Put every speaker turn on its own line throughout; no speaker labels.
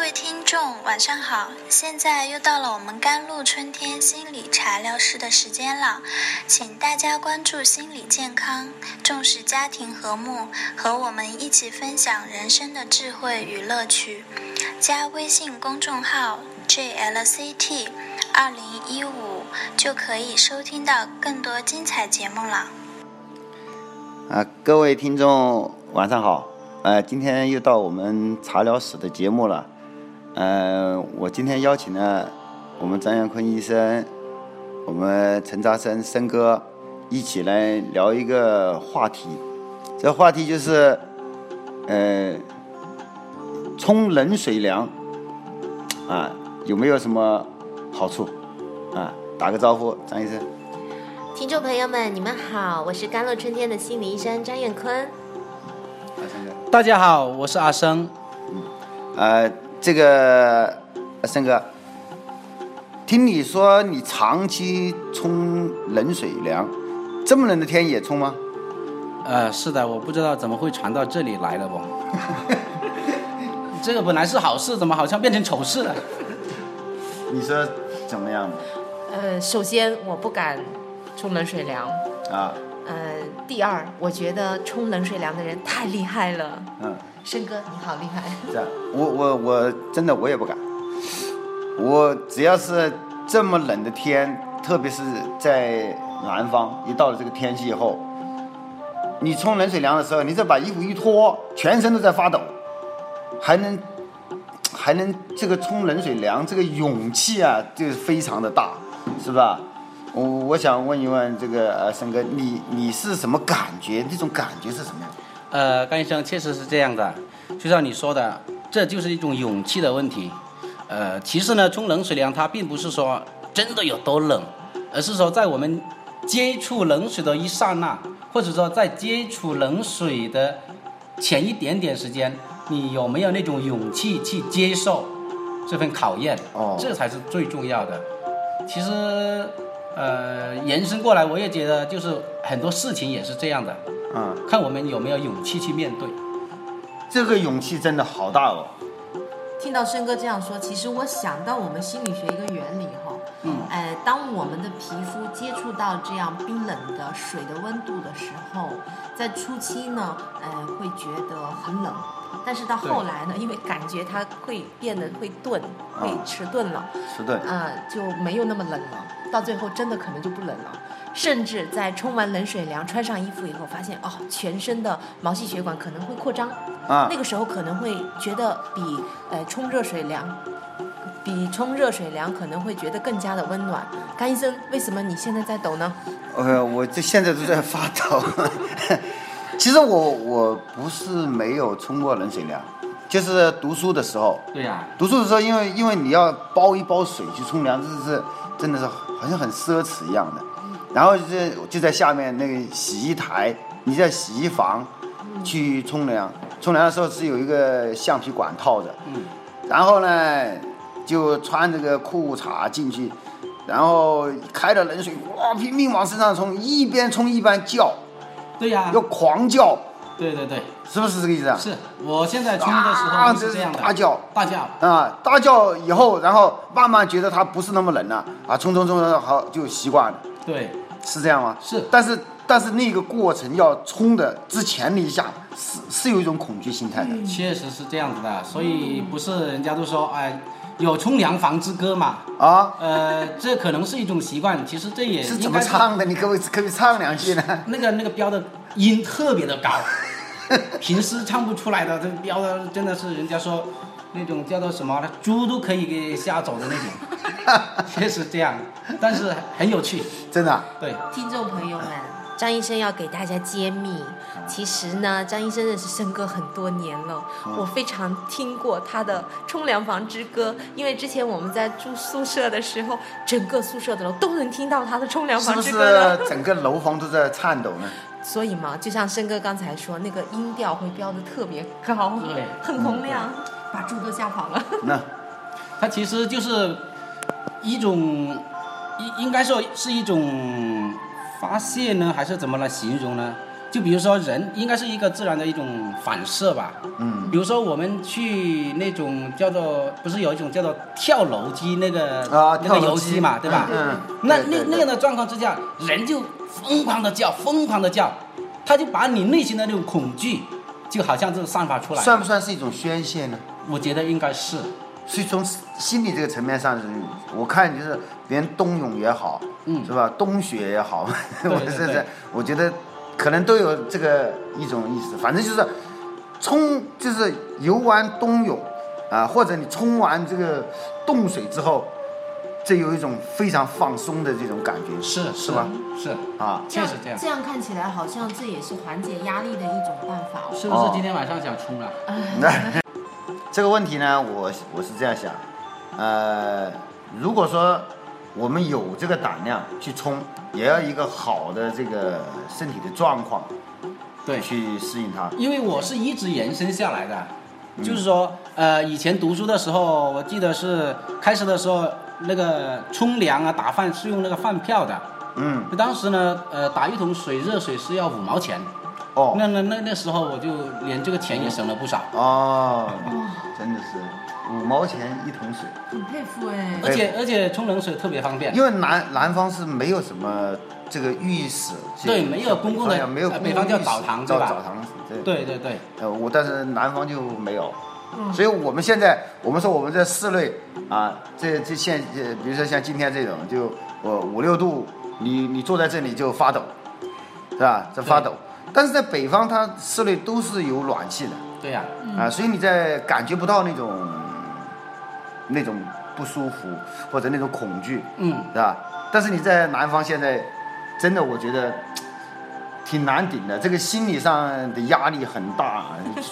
位听众，晚上好！现在又到了我们甘露春天心理茶疗室的时间了，请大家关注心理健康，重视家庭和睦，和我们一起分享人生的智慧与乐趣。加微信公众号 JLCT 二零一五，就可以收听到更多精彩节目了。
啊，各位听众，晚上好。呃，今天又到我们茶聊室的节目了。呃，我今天邀请了我们张元坤医生，我们陈扎生生哥一起来聊一个话题。这话题就是，呃，冲冷水凉啊，有没有什么好处？啊，打个招呼，张医生。
听众朋友们，你们好，我是甘露春天的心理医生张远坤。
啊，生哥。
大家好，我是阿生。
呃，这个呃森哥，听你说你长期冲冷水凉，这么冷的天也冲吗？
呃，是的，我不知道怎么会传到这里来了不？ 这个本来是好事，怎么好像变成丑事了？
你说怎么样
呃，首先我不敢冲冷水凉。
啊？
呃，第二，我觉得冲冷水凉的人太厉害了。
嗯，
申哥，你好厉害。
这样，我我我真的我也不敢，我只要是这么冷的天，特别是在南方，一到了这个天气以后，你冲冷水凉的时候，你只要把衣服一脱，全身都在发抖，还能还能这个冲冷水凉，这个勇气啊，就是非常的大，是吧？我我想问一问这个呃，森哥，你你是什么感觉？那种感觉是什么样？
呃，甘医生确实是这样的，就像你说的，这就是一种勇气的问题。呃，其实呢，冲冷水凉它并不是说真的有多冷，而是说在我们接触冷水的一刹那，或者说在接触冷水的前一点点时间，你有没有那种勇气去接受这份考验？
哦
这才是最重要的。其实，呃，延伸过来，我也觉得就是很多事情也是这样的。
嗯，
看我们有没有勇气去面对。
这个勇气真的好大哦。
听到申哥这样说，其实我想到我们心理学一个原理哈、
嗯
呃，当我们的皮肤接触到这样冰冷的水的温度的时候，在初期呢，呃，会觉得很冷，但是到后来呢，因为感觉它会变得会钝，会迟钝了，
迟钝
啊、就没有那么冷了。到最后真的可能就不冷了，甚至在冲完冷水凉、穿上衣服以后，发现哦，全身的毛细血管可能会扩张，
啊
那个时候可能会觉得比呃冲热水凉，比冲热水凉可能会觉得更加的温暖。甘医生，为什么你现在在抖呢？
呃，我这现在都在发抖。其实我我不是没有冲过冷水凉，就是读书的时候，
对呀、
读书的时候，因为因为你要煲一煲水去冲凉，这是真的是好像很奢侈一样的。然后就是就在下面那个洗衣台，你在洗衣房去冲凉，冲凉的时候是有一个橡皮管套着，然后呢就穿这个裤衩进去，然后开了冷水，哇，拼命往身上冲，一边冲一边叫，
对呀、
要狂叫，
对对对，
是不是这个意思啊？
是我现在冲的时
啊
候就是这样的，
这是大叫
大叫，
啊，大叫以后，然后慢慢觉得它不是那么冷了啊，冲冲冲冲，好就习惯了，
对，
是这样吗？
是
但是但是那个过程要冲的之前那一下，是是有一种恐惧心态的。
嗯
确实是这样子的，所以不是人家都说哎，有冲凉房之歌嘛，
啊，
呃，这可能是一种习惯，其实这也
是
应
怎么
该是
唱的？你可不可以唱两句
嗯
呢？
那个那个标的音特别的 高，平时唱不出来的，这个标的真的是人家说那种叫做什么猪都可以给吓走的那种， 确实这样，但是很有趣，
真的啊、
对。
听众朋友们，
张医生要给大家揭秘，其实呢，张医生认识申哥很多年了，
嗯
我非常听过他的《冲凉房之歌》，因为之前我们在住宿舍的时候，整个宿舍的楼都能听到他的《冲凉
是
房
不
之
是
歌》呢。
整个楼房都在颤抖呢？
所以嘛，就像申哥刚才说，那个音调会飙得特别高，
对
很洪亮，
嗯
把猪都吓跑了。
那
它其实就是一种，应应该说是一种发泄呢，还是怎么来形容呢？就比如说人应该是一个自然的一种反射吧，
嗯，
比如说我们去那种叫做不是有一种叫做跳楼机那个
啊，
那个
跳楼
游
机
戏嘛，对吧？
嗯，嗯
那
对
那
对
那
对
样的状况之下，人就疯狂的叫，疯狂的叫，他就把你内心的那种恐惧，就好像就散发出来。
算不算是一种宣泄呢？
我觉得应该是，
所以从心理这个层面上，我看就是别人冬泳也好，
嗯
是吧？冬雪也好，
对
我
对
是
对
是，我觉得可能都有这个一种意思，反正就是冲，就是游完冬泳啊，或者你冲完这个冻水之后，这有一种非常放松的这种感觉，
是
是吧？？
是，
啊，
确实这
嗯
样。
这样看起来好像这也是缓解压力的一种办法哦。呃
是不是今天晚上想冲了？
那这个问题呢，我我是这样想，呃，如果说我们有这个胆量去冲，也要一个好的这个身体的状况
对，
去适应它。
因为我是一直延伸下来的，
嗯
就是说，呃，以前读书的时候，我记得是开始的时候，那个冲凉啊、打饭是用那个饭票的。
嗯，
当时呢，呃，打一桶水热水是要五毛钱，
哦，
那那那那时候我就连这个钱也省了不少。
哦，真的是五毛钱一桶水，
很佩服哎
而且而且冲冷水特别方便，
因为南南方是没有什么这个浴室，这
对没有公共的
好像没有
呃
公共
北方叫
浴室
澡堂
叫
对吧
澡堂，对
对对对，
呃，我但是南方就没有，所以我们现在我们说我们在室内啊，这这现呃，比如说像今天这种，就我五六度，你你坐在这里就发抖，是吧？这发抖。但是在北方，它室内都是有暖气的
对呀、
啊，所以你在感觉不到那种那种不舒服或者那种恐惧，
嗯，
是吧？但是你在南方现在，真的我觉得挺难顶的，这个心理上的压力很大，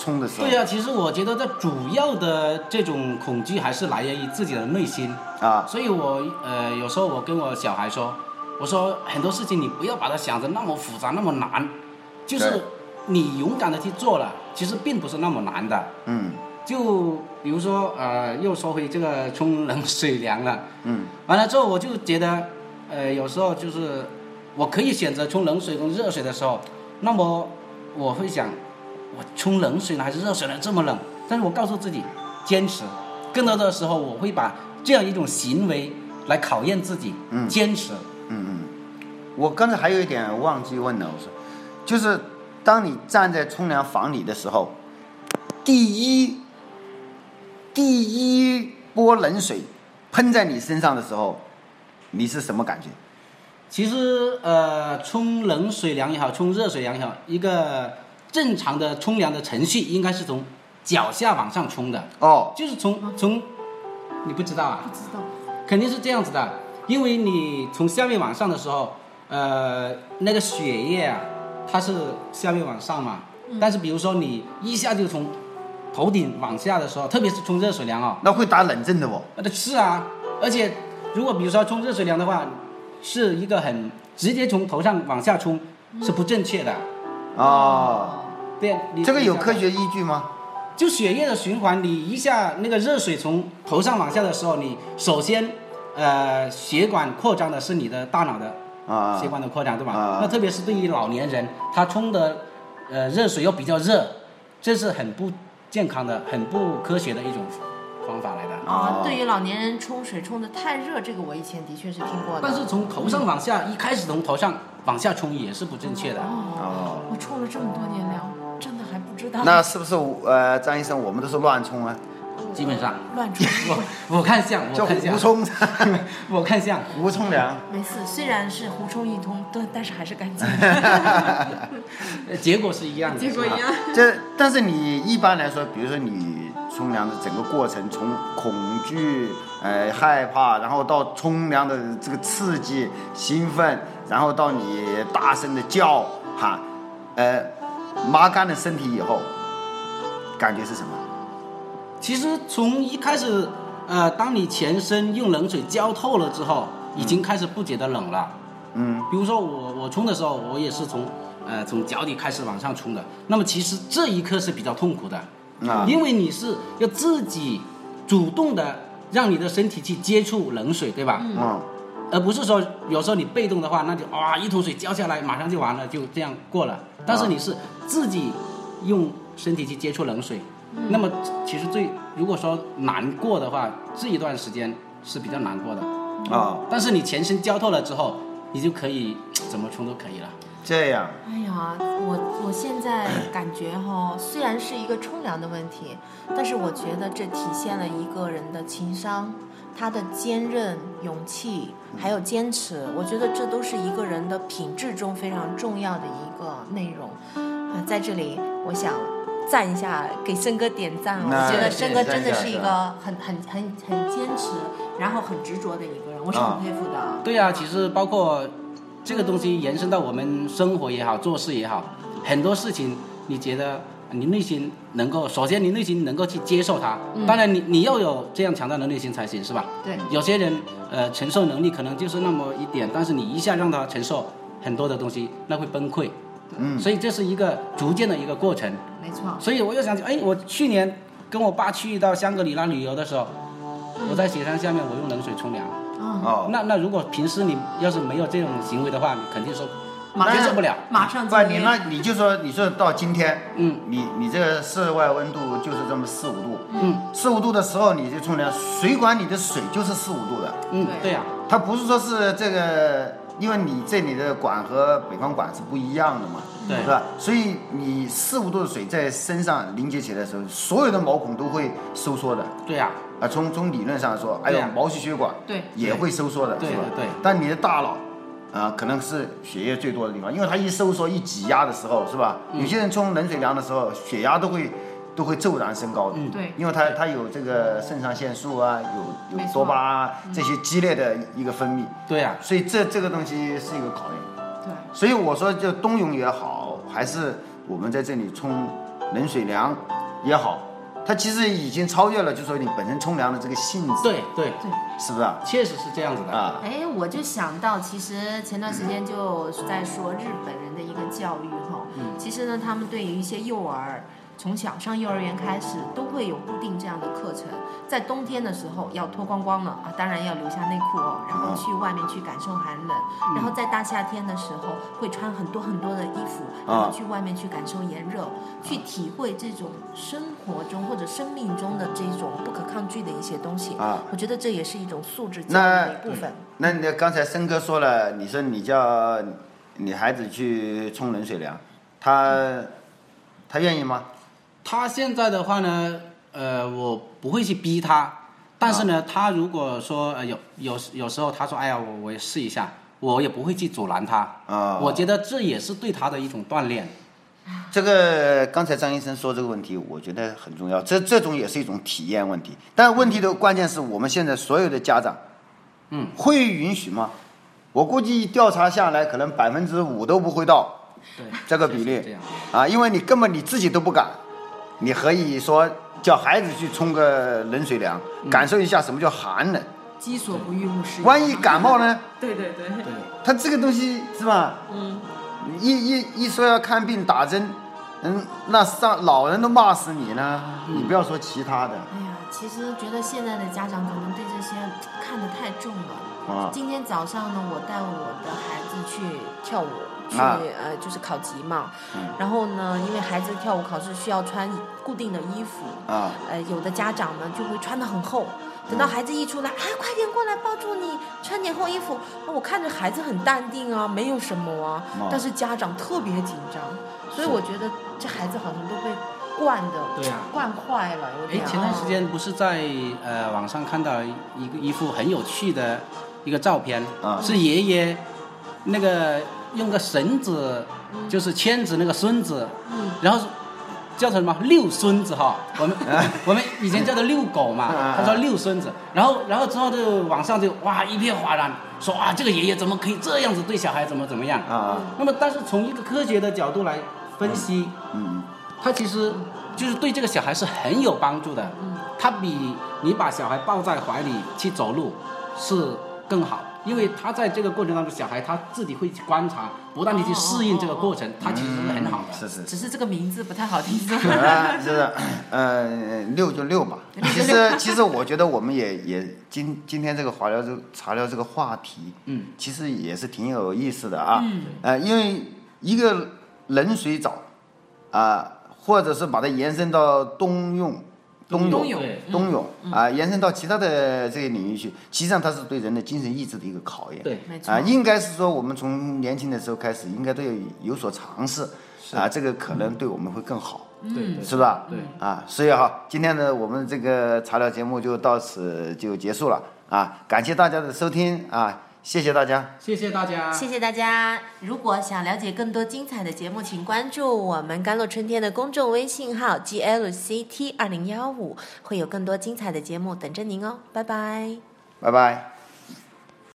冲的时候
对呀、其实我觉得这主要的这种恐惧还是来源于自己的内心，
啊，
所以我呃有时候我跟我小孩说，我说很多事情你不要把它想着那么复杂那么难，就是
对
你勇敢的去做了，其实并不是那么难的。
嗯
就比如说呃，又说回这个冲冷水凉了。
嗯
完了之后，我就觉得，呃，有时候就是我可以选择冲冷水跟热水的时候，那么我会想，我冲冷水呢还是热水呢？这么冷，但是我告诉自己坚持。更多的时候，我会把这样一种行为来考验自己，
嗯
坚持。
嗯嗯。我刚才还有一点忘记问了，我说，就是当你站在冲凉房里的时候，第一第一波冷水喷在你身上的时候，你是什么感觉？
其实，呃，冲冷水凉也好，冲热水凉也好，一个正常的冲凉的程序应该是从脚下往上冲的，
哦，
就是从从，你不知道啊？
嗯不知道
肯定是这样子的，因为你从下面往上的时候，呃，那个血液啊，它是下面往上嘛。
嗯
但是比如说你一下就从头顶往下的时候，特别是冲热水凉哦，
那会打冷震的哦。
呃，是啊，而且如果比如说冲热水凉的话，是一个很直接从头上往下冲是不正确的。
哦，
对，你
这个有
你想
科学依据吗？
就血液的循环，你一下那个热水从头上往下的时候，你首先，呃，血管扩张的是你的大脑的
啊
血管的扩张，对吧？
啊
那特别是对于老年人，他冲的，呃，热水又比较热，这是很不健康的、很不科学的一种方法来的。
啊，
哦
对于老年人冲水冲的太热，这个我以前的确是听过的。
但是从头上往下，一开始从头上往下冲也是不正确的。
哦，我冲了这么多年凉，真的还不知道。
那是不是呃，张医生，我们都是乱冲 啊，
基本上，
乱冲，
我我看相，
叫
我看
胡
相，
冲，
我看相。
胡冲凉。
没事，虽然是胡冲一通，但但是还是干净。
呃结果是一样的，
结果
是吧
一样。
这，但是你一般来说，比如说你冲凉的整个过程，从恐惧、呃害怕，然后到冲凉的这个刺激、兴奋，然后到你大声的叫喊，呃，麻干了身体以后，感觉是什么？
其实从一开始，呃，当你全身用冷水浇透了之后，已经开始不觉得冷了。
嗯，
比如说我我冲的时候，我也是从呃从脚底开始往上冲的。那么其实这一刻是比较痛苦的，
啊
因为你是要自己主动的让你的身体去接触冷水，对吧？
嗯，
而不是说有时候你被动的话，那就哇一桶水浇下来，马上就完了，就这样过了。但是你是自己用身体去接触冷水，那么其实最如果说难过的话，这一段时间是比较难过的。
啊，
但是你全身浇透了之后，你就可以怎么冲都可以了。
这样
哎呀，我我现在感觉哈、虽然是一个冲凉的问题，但是我觉得这体现了一个人的情商、他的坚韧、勇气，还有坚持。我觉得这都是一个人的品质中非常重要的一个内容。啊、在这里，我想赞一下，给森哥点赞啊。
那
我觉得森哥
点赞
真
一
的
下
是一
是
个
吧
很很很很坚持，然后很执着的一个人，我是
啊
很佩服的。
对呀、其实包括这个东西延伸到我们生活也好，做事也好，很多事情你觉得你内心能够，首先你内心能够去接受它，当然你你要有这样强大的内心才行，是吧？
对，
有些人呃承受能力可能就是那么一点，但是你一下让他承受很多的东西，那会崩溃。
嗯
所以这是一个逐渐的一个过程。
没错。
所以我又想起，哎，我去年跟我爸去到香格里拉旅游的时候，我在雪山下面我用冷水冲凉。
嗯，
哦，
那那如果平时你要是没有这种行为的话，你肯定说
马
接
上
受不了。
马上
不，
就
你
约
那你就说，你说到今天，
嗯
你你这个室外温度就是这么四五度，
嗯
四五度的时候你就冲凉，水管里的水就是四五度的，
嗯，
对
对呀、
它不是说是这个，因为你这里的管和北方管是不一样的嘛，
对
是吧？所以你四五度的水在身上凝结起来的时候，所有的毛孔都会收缩的。
对呀、
啊，从从理论上说，哎呦
对啊，
毛细血管
对
也会收缩的，
对
是吧？
对对
但你的大脑啊，可能是血液最多的地方，因为它一收缩一挤压的时候，是吧？
嗯
有些人冲冷水凉的时候，血压都会都会骤然升高的，
嗯
对
因为它它有这个肾上腺素啊，有
没
有多
错
巴胺啊这些
嗯
激烈的一个分泌，
对呀、
所以这这个东西是一个考验。
对。
所以我说，就冬泳也好，还是我们在这里冲冷水凉也好，它其实已经超越了，就说你本身冲凉的这个性质，
对对，
是不是啊？
确实是这样子的。
啊，
哎，我就想到，其实前段时间就在说日本人的一个教育哈，
嗯
其实呢，他们对于一些幼儿，从小上幼儿园开始都会有固定这样的课程，在冬天的时候要脱光光了啊，当然要留下内裤哦，然后
嗯
去外面去感受寒冷，然后在大夏天的时候会穿很多很多的衣服，然后
啊
去外面去感受炎热，去体会这种生活中或者生命中的这种不可抗拒的一些东西
啊
我觉得这也是一种素质教育
那
的一部分。
那你刚才森哥说了，你说你叫你孩子去冲冷水凉，他他愿意吗？
他现在的话呢，呃，我不会去逼他，但是呢，
啊
他如果说呃有有有时候他说，哎呀，我我也试一下，我也不会去阻拦他。
啊
我觉得这也是对他的一种锻炼。
这个刚才张医生说这个问题，我觉得很重要。这这种也是一种体验问题，但问题的关键是我们现在所有的家长，
嗯，
会允许吗？我估计调查下来，可能百分之五都不会到
对，
这个比
确实是
例
这样。
啊，因为你根本你自己都不敢，你何以说叫孩子去冲个冷水凉，感受一下什么叫寒冷？
己所不欲，勿施于人。
万一感冒呢？
对对对，
对，
他这个东西是吧？
嗯，
一一一说要看病打针，嗯，那上老人都骂死你了，你不要说其他的
哎呀，其实觉得现在的家长可能对这些看得太重了。
啊。
今天早上呢，我带我的孩子去跳舞，去、
啊嗯
呃就是考级嘛。然后呢，因为孩子跳舞考试需要穿固定的衣服，
啊
呃，有的家长呢就会穿得很厚，等
嗯
到孩子一出来，啊，快点过来抱住你，穿点厚衣服。我看着孩子很淡定啊，没有什么啊，
哦
但是家长特别紧张，所以我觉得这孩子好像都被惯的，
对啊
惯坏了，有
哎
点。，哦
前段时间不是在呃网上看到一个一幅很有趣的一个照片，
啊
是爷爷那个用个绳子，就是牵着那个孙子，
嗯
然后是叫他什么遛孙子哈，我们我们以前叫他遛狗嘛
啊啊啊，
他说遛孙子，然后然后之后就网上就哇一片哗然，说啊这个爷爷怎么可以这样子对小孩怎么怎么样
啊，啊，
那么但是从一个科学的角度来分析，
嗯，
他其实就是对这个小孩是很有帮助的。他比你把小孩抱在怀里去走路是更好，因为他在这个过程当中，小孩他自己会去观察，不断的去适应这个过程，他其实是很好的。
嗯是是
只是这个名字不太好 听，
啊，是的，呃，六就六吧。其实，其实我觉得我们也 也今今天这个华聊这茶聊这个话题，
嗯，
其实也是挺有意思的啊。嗯，呃，因为一个冷水澡啊、或者是把它延伸到冬泳、冬泳
冬泳、
对
冬泳啊、延伸到其他的这个领域去，其实上它是对人的精神意志的一个考验。
对，
没错
啊，，应该是说我们从年轻的时候开始，应该都有有所尝试，啊，这个可能对我们会更好，
对对
是吧？
对
啊，所以哈，今天呢，我们这个茶聊节目就到此就结束了啊，感谢大家的收听啊，谢谢大家。
谢谢大家，
谢谢大家！如果想了解更多精彩的节目，请关注我们“甘露春天”的公众微信号 “glct 二零幺五”，会有更多精彩的节目等着您哦！拜拜。
拜拜。